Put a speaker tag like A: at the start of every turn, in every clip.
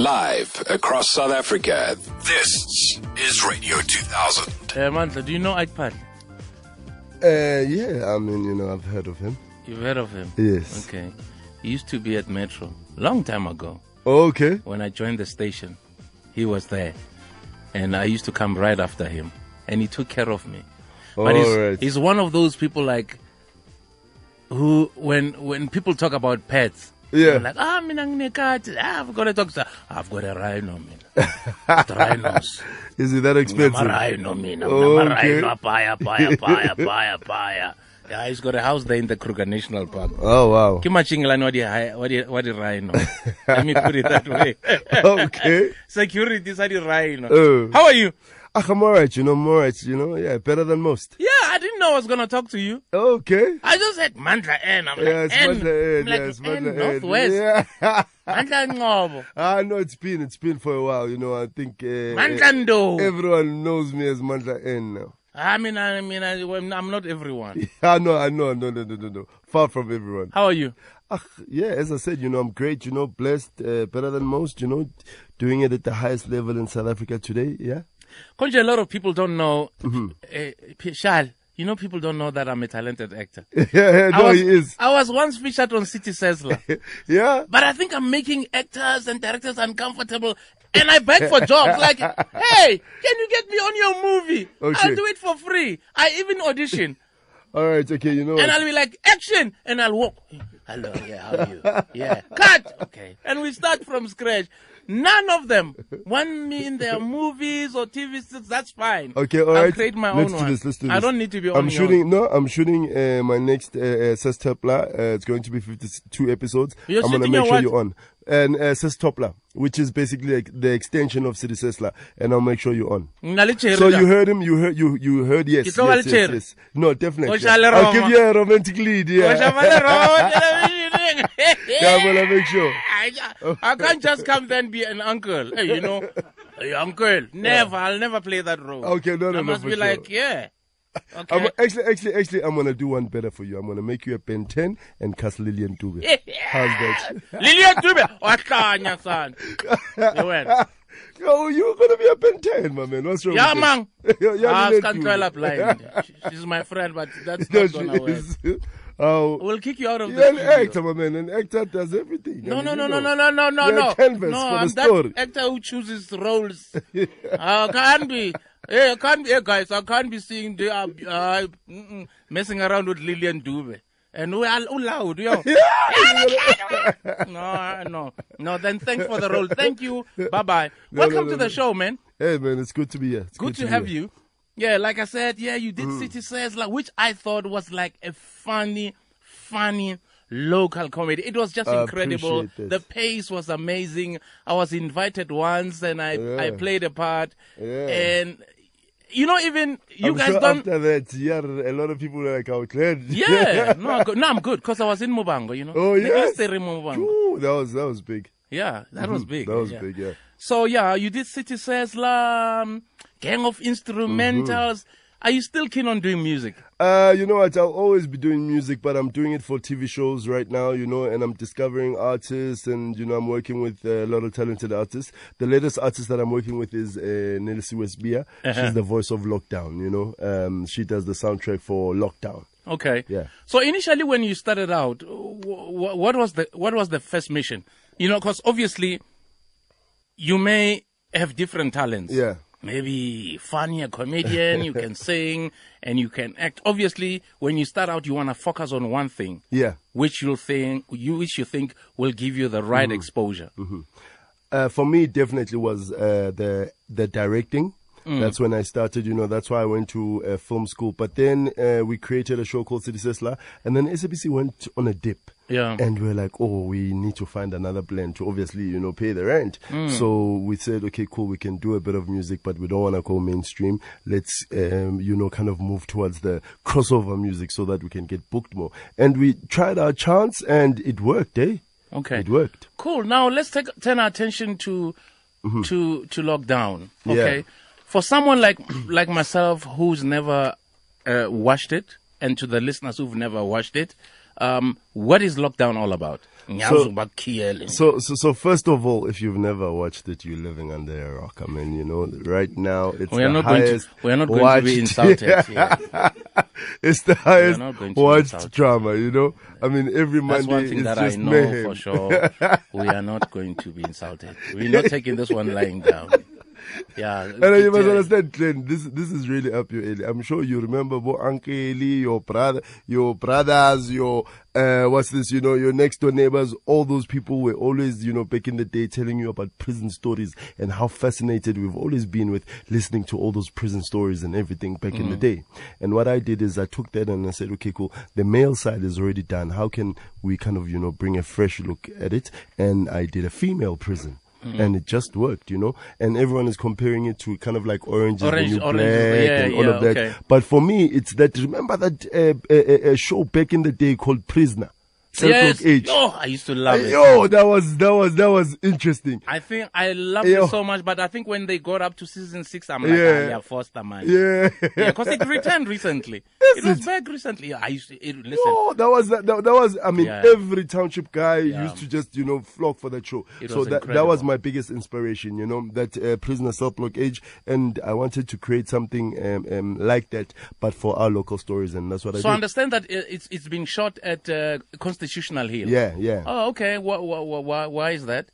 A: Live across South Africa, this is Radio 2000.
B: Uh, Mandla, do you know Ike Padley?
C: Uh, yeah, I mean, you know, I've heard of him.
B: You've heard of him?
C: Yes.
B: Okay. He used to be at Metro long time ago.
C: Okay.
B: When I joined the station, he was there. And I used to come right after him. And he took care of me. But he's,
C: Alright.
B: he's one of those people like who when when people talk about pets,
C: Yeah.
B: they're like, ah, mina nginekati. ah, I've got a dog. I've got a rhino, man. Rhinos.
C: Is it that expensive?
B: Namarhino mina.
C: Okay.
B: Namarhino apaya, apaya, apaya, apaya, apaya. Yeah, he's got a house there in the Kruger National Park.
C: Oh wow.
B: Kimachingilani wadi hi- wadi wadi rhino. Let me put it that way.
C: Okay.
B: Security is wadi rhino.
C: Oh.
B: How are you?
C: Ah, I'm alright, you know, I'm alright, you know, yeah, better than most.
B: Yeah, I didn't know I was gonna talk to you.
C: Okay.
B: I just said Mandla N. I'm like,
C: Yeah, it's
B: N.
C: much
B: I'm
C: the end.
B: like,
C: Yeah, it's much
B: N,
C: the end.
B: Northwest.
C: Yeah.
B: Mandla Ngobo.
C: I know it's been it's been for a while, you know. I think uh,
B: Mandla
C: uh,
B: Ndo.
C: everyone knows me as Mandla N now.
B: I mean, I mean, I, I'm I'm not everyone.
C: I know, I know, no, no, no, no, no. Far from everyone.
B: How are you?
C: Ah, yeah, as I said, you know, I'm great, you know, blessed, uh, better than most, you know, doing it at the highest level in South Africa today. Yeah.
B: Concha, a lot of people don't know.
C: Mm-hmm.
B: eh, P- Shal, you know, people don't know that I'm a talented actor.
C: yeah, yeah,
B: I
C: no,
B: was,
C: he is.
B: I was once featured on City Sizzler.
C: Yeah.
B: but I think I'm making actors and directors uncomfortable. And I beg for jobs. Like, hey, can you get me on your movie?
C: Okay.
B: I'll do it for free. I even audition.
C: All right. Okay. You know.
B: and
C: what?
B: I'll be like, action! And I'll walk. Hello, yeah, how are you? Yeah. Cut! Okay. And we start from scratch. None of them want me in their movies or TV sets. That's fine.
C: Okay, all
B: I'll
C: right.
B: create my
C: let's
B: own
C: do
B: one.
C: this. Let's do this.
B: I don't need to be on
C: I'm
B: your
C: shooting. No, I'm shooting uh, my next uh, uh, Sis Topla. Uh, it's going to be 52 episodes.
B: You're
C: I'm gonna
B: shooting
C: make
B: your
C: sure
B: what?
C: you're on. And uh, Sis Topla, which is basically like the extension of City Sesla, and I'll make sure you're on.
B: Nalicherida.
C: So you heard him. You heard you you heard yes.
B: It's all
C: yes, yes,
B: Algeria.
C: yes. No, definitely.
B: Oshale
C: I'll give
B: Roma.
C: you a romantic lead. Yeah. Yeah, I'm gonna make sure.
B: I, I can't just come there and be an uncle. Hey, you know, hey, uncle. Never. I'll never play that role.
C: Okay, no, no,
B: I
C: no,
B: must
C: for
B: be
C: sure.
B: like, yeah. Okay.
C: I'm, actually, actually, actually, I'm gonna do one better for you. I'm gonna make you a Ben 10 and cast Lillian Dube. How's that?
B: Lillian Dube. Oh, Wahlanya, son. You went.
C: Yo, you're gonna be a Ben 10, my man. What's wrong?
B: Yeah,
C: with
B: man.
C: that? Yo, yeah,
B: I
C: Lillian
B: can't
C: Dube.
B: try up blind. She- She's my friend, but that's
C: No,
B: not
C: she
B: gonna work.
C: is. Oh,
B: We'll kick you out of
C: you're
B: the
C: an
B: studio.
C: actor, my man. An actor does everything.
B: No,
C: I mean,
B: no,
C: you
B: no, no,
C: know.
B: no, no, no, no,
C: You're a
B: no.
C: canvas
B: no,
C: for the
B: I'm that
C: story.
B: actor who chooses roles. I can't be. Hey, I can't be. Hey, guys, I can't be seeing the uh, uh, mm-mm, messing around with Lillian Dube. And we are all loud, yo. no, I- no, no. Then thanks for the role. Thank you. Bye bye.
C: No,
B: Welcome
C: no, no,
B: to the
C: no.
B: show, man.
C: Hey, man, it's good to Mm. be here. It's
B: Good, to,
C: be
B: have
C: here.
B: you. Yeah, like I said, yeah, you did City Says, like, which I thought was like a funny, funny local comedy. It was just
C: I
B: incredible.
C: appreciate
B: The
C: that.
B: pace was amazing. I was invited once and I, I
C: Yeah.
B: played a part.
C: Yeah.
B: And, you know, even you
C: I'm
B: guys
C: sure
B: don't.
C: After that, yeah, a lot of people are like, "I'm glad."
B: yeah, no, I'm good. no, I'm good because I was in Mubango, you know.
C: Oh,
B: The
C: yes.
B: history Mubango.
C: Ooh, that was that was big.
B: Yeah, that was big.
C: Mm-hmm. That was
B: yeah.
C: big. Yeah.
B: So yeah, you did City Sesla, um, Gang of
C: Mm-hmm.
B: Instrumentals. Are you still keen on doing music?
C: Uh, you know what? I'll always be doing music, but I'm doing it for TV shows right now, you know, and I'm discovering artists and, you know, I'm working with uh, a lot of talented artists. The latest artist that I'm working with is uh, Nelsie Westbia. She's the voice of Lockdown, you know. Um, she does the soundtrack for Lockdown.
B: Okay.
C: Yeah.
B: So initially, when you started out, w- w- what was the what was the first mission? You know, because obviously, you may have different talents.
C: Yeah.
B: Maybe funny, a comedian, you can sing and you can act. Obviously, when you start out, you want to focus on one thing,
C: Yeah.
B: which you think you which you think will give you the right
C: Mm-hmm.
B: exposure.
C: Uh, for me, it definitely was uh, the the directing.
B: Mm.
C: That's when I started, you know. That's why I went to uh, film school. But then uh, we created a show called City Sesla, and then SABC went on a dip.
B: Yeah.
C: And we are like, oh, we need to find another plan to obviously, you know, pay the rent.
B: Mm.
C: So we said, okay, cool, we can do a bit of music, but we don't want to go mainstream. Let's, um, you know, kind of move towards the crossover music so that we can get booked more. And we tried our chance, and it worked, eh?
B: Okay.
C: It worked.
B: Cool. Now let's take, turn our attention to to to lockdown. Okay.
C: Mm-hmm. Yeah.
B: For someone like like myself who's never uh, watched it, and to the listeners who've never watched it, um, what is lockdown all about? Nyazo bakhiyele.
C: So, so, so first of all, if you've never watched it, you're living under a rock. I mean, you know, right now it's
B: We are
C: the
B: not going to-
C: highest.
B: we are not going to be
C: watched-
B: insulted,
C: it's the highest
B: not going to be
C: watched
B: insulted.
C: drama. You know, I mean, every
B: That's
C: Monday
B: one thing
C: it's
B: that I
C: just
B: know
C: mayhem.
B: for sure. We are not going to be insulted. We're not taking this one lying down. Yeah.
C: And then you must
B: Yeah.
C: understand, Glenn, this this is really up your alley. I'm sure you remember Bo Uncle, your brother, your brothers, your uh, what's this? You know, your next door neighbors. All those people were always, you know, back in the day, telling you about prison stories and how fascinated we've always been with listening to all those prison stories and everything back in the day. And what I did is I took that and I said, okay, cool. The male side is already done. How can we kind of, you know, bring a fresh look at it? And I did a female prison
B: Mm.
C: and it just worked, you know. And everyone is comparing it to kind of like oranges,
B: Orange-
C: the new
B: Orange is the-
C: black,
B: yeah,
C: and all
B: yeah,
C: of that.
B: okay.
C: But for me, it's that. Remember that uh, uh, uh, show back in the day called Prisoner,
B: Yes.
C: Circle H.
B: Oh, I used to love it.
C: Yo, that was that was that was interesting.
B: I think I loved
C: Yo.
B: it so much, but I think when they got up to season six, I'm like, "Ah,
C: Yeah.
B: yeah, yeah Foster man.
C: Yeah.
B: because it returned recently. it was back recently. Yeah, I used to, it, listen,
C: Oh, that was that, that was I mean
B: Yeah.
C: every township guy used to just you know flock for that show.
B: It
C: so
B: was
C: that that was
B: incredible.
C: my biggest inspiration, you know, that uh, prisoner cell block age, and I wanted to create something um, um, like that, but for our local stories, and that's what I
B: So
C: did.
B: I understand that i- it's it's been shot at uh, Constitutional Hill.
C: yeah, yeah.
B: Oh, okay. Why why why, why is that?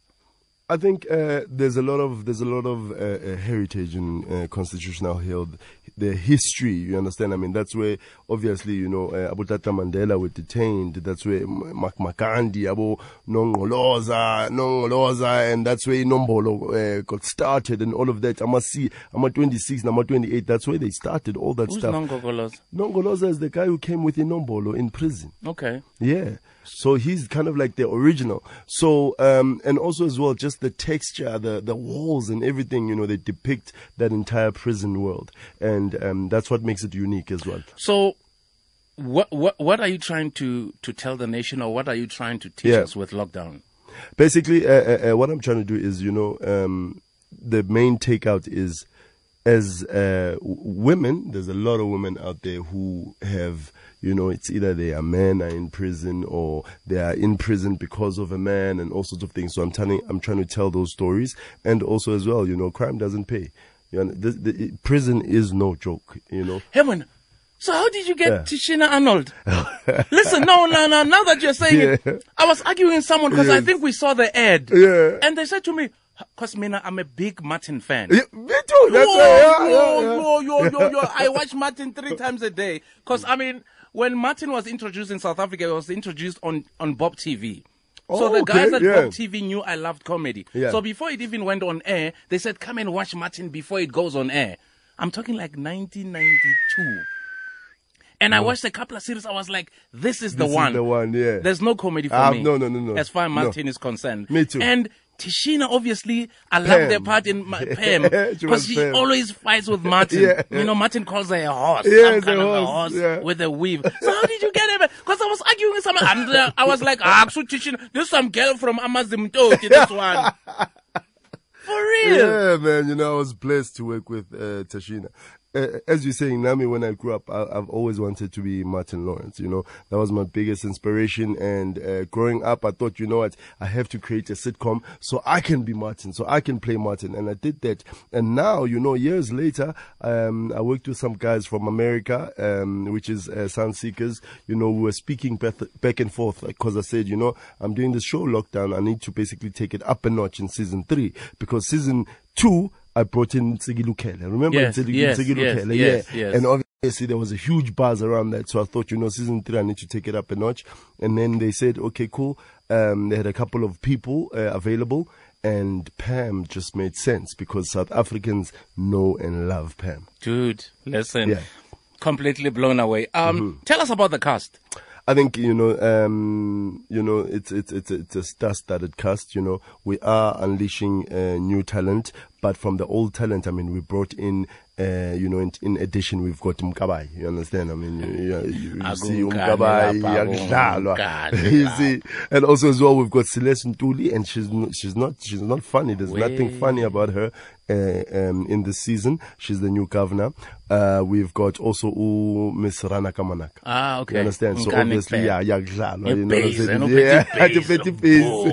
C: I think uh, there's a lot of there's a lot of uh, uh, heritage in uh, Constitutional Hill, the history. You understand? I mean, that's where obviously you know uh, Abutata Mandela were detained. That's where M- Mac Makandi, Abo Nongoloza, Nongoloza, and that's where Nombolo uh, got started and all of that. I'm a see, I'm a 26, I'm a 28. That's where they started all that
B: Who's
C: stuff.
B: Nongogolos?
C: Nongoloza is the guy who came with Inombolo in prison.
B: Okay.
C: Yeah. So he's kind of like the original. So um and also as well just the texture, the the walls and everything, you know, they depict that entire prison world. And um that's what makes it unique as well.
B: So what what what are you trying to to tell the nation, or what are you trying to teach
C: Yeah.
B: us with lockdown?
C: Basically uh, uh, uh, what I'm trying to do is, you know, um the main takeout is as uh, w- women, there's a lot of women out there who have, you know, it's either they are men are in prison or they are in prison because of a man and all sorts of things. So I'm telling, I'm trying to tell those stories, and also as well, you know, crime doesn't pay. You know, this, the, it- prison is no joke. You know,
B: Hemon, so how did you get
C: Yeah.
B: Tishina Arnold? Listen, no, no, no. Now that you're saying it, I was arguing with someone because I
C: Yes.
B: think we saw the ad,
C: Yeah.
B: and they said to me, "Cause Mina, I'm a big Martin fan."
C: Yeah, me too. That's
B: yo,
C: why- yeah,
B: yo,
C: yeah, yeah.
B: yo, yo, yo, yo. I watch Martin three times a day. Because, I mean, when Martin was introduced in South Africa, it was introduced on, on Bob TV. so
C: Oh,
B: the
C: okay,
B: guys at
C: yeah.
B: Bob TV knew I loved comedy.
C: Yeah.
B: So before it even went on air, they said, come and watch Martin before it goes on air. I'm talking like 1992. And I watched a couple of series. I was like, this is the
C: This is
B: one.
C: the one, yeah.
B: There's no comedy for
C: Ah,
B: me.
C: no, no, no, no.
B: As far as
C: No.
B: Martin is concerned.
C: Me too.
B: And Tishina, obviously, I love their
C: Pam.
B: part in my, Pam.
C: She
B: Because
C: was
B: she
C: Pam.
B: always always fights with Martin.
C: Yeah.
B: You know, Martin calls her a horse.
C: Yeah,
B: some
C: it's a
B: kind of a horse
C: horse, yeah.
B: with a weave. So how did you get him? Because I was arguing with someone. And uh, I was like, ah, so teaching this some girl from Amazimtoti, this one. For real.
C: Yeah, man. You know, I was blessed to work with uh, Tashina. Uh, as you're saying, Nami, when I grew up, I, I've always wanted to be Martin Lawrence. You know, that was my biggest inspiration. And uh, growing up, I thought, you know what, I have to create a sitcom so I can be Martin, so I can play Martin. And I did that. And now, you know, years later, um, I worked with some guys from America, um, which is uh, Sound Seekers. You know, we were speaking back, back and forth because I said, you know, I'm doing this show lockdown. I need to basically take it up a notch in season three because season two, I brought in Tsigilukele. Remember
B: Yes,
C: Ntsigil-
B: yes,
C: Tsigilukele?
B: yes, yes,
C: yeah.
B: yes.
C: And obviously there was a huge buzz around that. So I thought, you know, season three, I need to take it up a notch. And then they said, okay, cool. Um, they had a couple of people uh, available. And Pam just made sense because South Africans know and love Pam.
B: Dude, listen.
C: Yeah. Mm-hmm.
B: Completely blown away. Um, Tell us about the cast.
C: I think you know, um, you know, it's it's it's it's a star-studded cast. You know, we are unleashing uh, new talent, But from the old talent, I mean, we brought in, uh, you know, in, in addition, we've got Mkabai. You understand? I mean, you, you, you, you see
B: Akungani
C: Mkabai,
B: lapha,
C: yakudlalwa.
B: akungani
C: you see, and also as well, we've got Celeste Ntuli, and she's n- she's not she's not funny. There's nothing funny about her. Uh, um, in this season, she's the new governor. Uh, we've got also uh, Miss Rana Kamanaka.
B: Ah, okay.
C: You understand? So
B: Mkani
C: obviously,
B: Pep.
C: yeah, yeah, exactly. You know what I'm
B: Ibhizi,
C: saying?
B: no
C: Yeah,
B: petty
C: the
B: bhizi,
C: petty bhizi.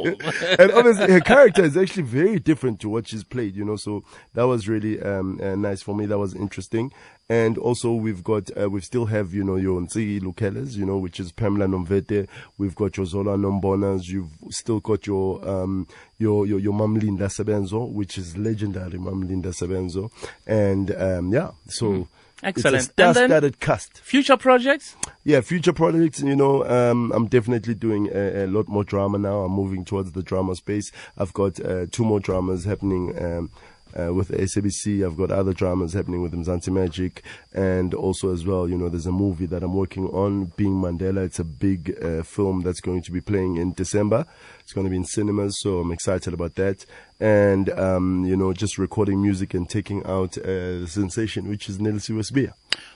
B: boom.
C: and obviously, her character is actually very different to what she's played, you know. So that was really um, uh, nice for me. That was interesting. And also, we've got, uh, we still have, you know, your Nzi Lukeles, you know, which is Pamela Nomvete. We've got your Zola Nombonas. You've still got your, um, your, your, your Mam Linda Sebenzo, which is legendary Mam Linda Sebenzo. And, um, yeah, so.
B: Hmm. Excellent.
C: It's
B: And
C: a
B: then-
C: star-studded cast.
B: Future projects?
C: Yeah, future projects, you know, um, I'm definitely doing a, a lot more drama now. I'm moving towards the drama space. I've got uh, two more dramas happening um, uh, with SABC. I've got other dramas happening with Mzansi Magic. And also, as well, you know, there's a movie that I'm working on, Being Mandela. It's a big uh, film that's going to be playing in December. It's going to be in cinemas, so I'm excited about that. And, um, you know, just recording music and taking out uh, the sensation, which is Nelson Westbeer.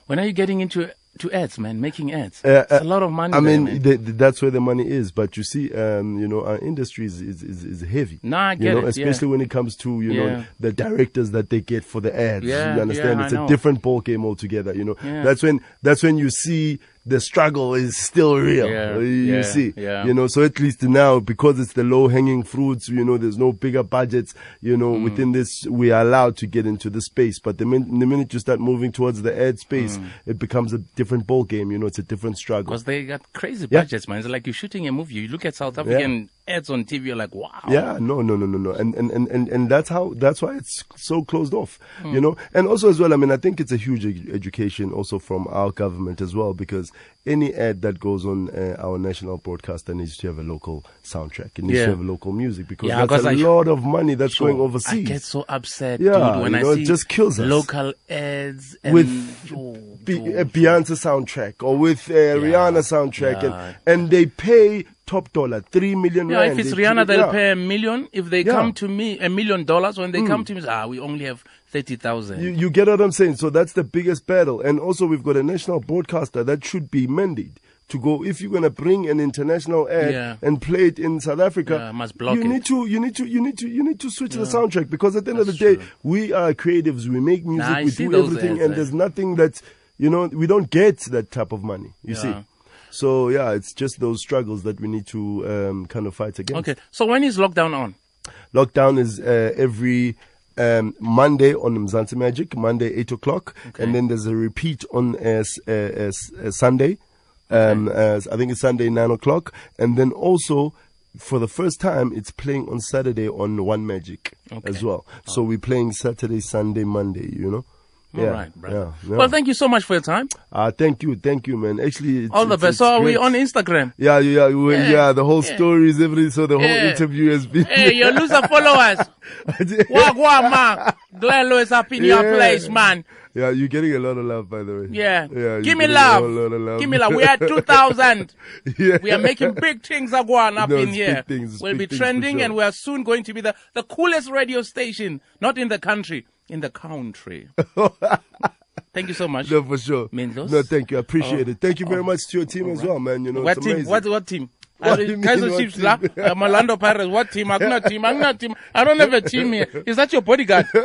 B: When are you getting into to ads, man? Making ads?
C: Uh,
B: it's
C: uh,
B: a lot of money. there,
C: I mean,
B: man.
C: th- th- that's where the money is. But you see, um, you know, our industry is is, is, is heavy.
B: No, I
C: you
B: get
C: know,
B: it, yeah.
C: especially when it comes to you know
B: Yeah.
C: the directors that they get for the ads.
B: Yeah,
C: you understand?
B: yeah,
C: it's
B: I
C: a
B: know.
C: different ball game altogether. You know,
B: Yeah.
C: that's when that's when you see the struggle is still real.
B: Yeah,
C: you you
B: yeah,
C: see,
B: yeah.
C: you know. So at least now, because it's the low hanging fruits, you know, there's no bigger budgets. You know, within this, we are allowed to get into the space. But the, min- the minute you start moving towards the ad space, it becomes a different ball game. You know, it's a different struggle.
B: Because they got crazy
C: Yeah.
B: budgets, man. It's like you're shooting a movie. You look at South African ads on TV, you're like, wow.
C: Yeah, no, no, no, no, no, and and and and, and that's how that's why it's so closed off,
B: Hmm.
C: you know. And also as well, I mean, I think it's a huge edu- education also from our government as well because any ad that goes on uh, our national broadcaster needs to have a local soundtrack. It needs
B: Yeah.
C: to have local music because
B: Yeah,
C: that's
B: 'cause
C: a
B: I-
C: lot of money that's
B: Sure.
C: going overseas.
B: I get so upset,
C: Yeah,
B: dude, when
C: you
B: I
C: know, it
B: see
C: just kills us.
B: local ads and
C: With
B: Oh,
C: Be-
B: dude.
C: a Beyonce soundtrack or with uh, Rihanna soundtrack, and and they pay top dollar three million.
B: yeah, if
C: rand.
B: it's
C: They-
B: Rihanna, they'll
C: yeah.
B: pay a million. If they
C: Yeah. Mm.
B: come to me, a million dollars. When they come to me, it's, ah, we only have thirty thousand.
C: You, you get what I'm saying? So that's the biggest battle. And also, we've got a national broadcaster that should be mandated to go. If you're gonna bring an international ad
B: Yeah.
C: and play it in South Africa,
B: Yeah, must block
C: you
B: it.
C: need to, you need to, you need to, you need to switch the soundtrack because at the end of the day, we are creatives. We make music.
B: Nah, I
C: we
B: see
C: do
B: those
C: everything,
B: ads,
C: and
B: eh?
C: there's nothing that's you know we don't get that type of money. You see.
B: Yeah.
C: So yeah, it's just those struggles that we need to um, kind of fight against.
B: Okay, so when is lockdown on?
C: Lockdown is uh, every um, Monday on Mzansi Magic, Monday eight o'clock, and then there's a repeat on uh, s- uh, uh, s- uh, Sunday. Um, uh, I think it's Sunday nine o'clock, and then also for the first time it's playing on Saturday on One Magic as well. So we're playing Saturday, Sunday, Monday. You know.
B: All right, brother.
C: yeah, yeah.
B: Well, thank you so much for your time.
C: uh, thank you, thank you, man. Actually, it's,
B: All the
C: it's-
B: best.
C: it's
B: So are we
C: great.
B: on Instagram?
C: Yeah, yeah, yeah, we-
B: Yeah,
C: yeah. The whole
B: yeah.
C: stories, everything. So the whole
B: Yeah.
C: interview has been.
B: hey, you lose the followers. Wagwa, man. Glenn Lewis up in
C: Yeah.
B: your place, man.
C: Yeah, you're getting a lot of love, by the way.
B: Yeah.
C: you're
B: Give me
C: getting a
B: love.
C: whole lot of love.
B: Give me love. We are 2000.
C: yeah.
B: We are making big things are going up
C: No,
B: in
C: it's
B: here.
C: big things, it's
B: we'll be
C: big things for
B: trending
C: sure.
B: and we are soon going to be the, the coolest radio station, not in the country, in the country. Thank you so much.
C: No, for sure.
B: Mindlos?
C: No, thank you. I
B: Oh.
C: appreciate it. Thank you very much to your team as well, man. You know,
B: what
C: it's
B: team?
C: amazing.
B: What what team?
C: What
B: What
C: do you mean,
B: Kaiser
C: what
B: Chiefs,
C: team?
B: la, uh, Orlando Pirates. What team? I'm not team. I'm not team. I don't have a team here. Is that your bodyguard?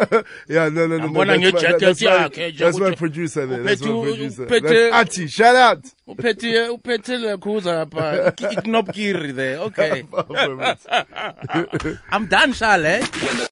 C: yeah, no, no, no.
B: I'm
C: no
B: born on
C: that's
B: your
C: my,
B: jet,
C: that's
B: yeah,
C: my,
B: okay,
C: that's my
B: Jack-
C: producer there. That's my
B: Upetu-
C: producer.
B: Upetu-
C: That's Ati. Shout out.
B: Upete upete lekhuza apha.
C: Oh,
B: Iknop kiri there. Okay.
C: Perfect.
B: I'm done, Charles. eh?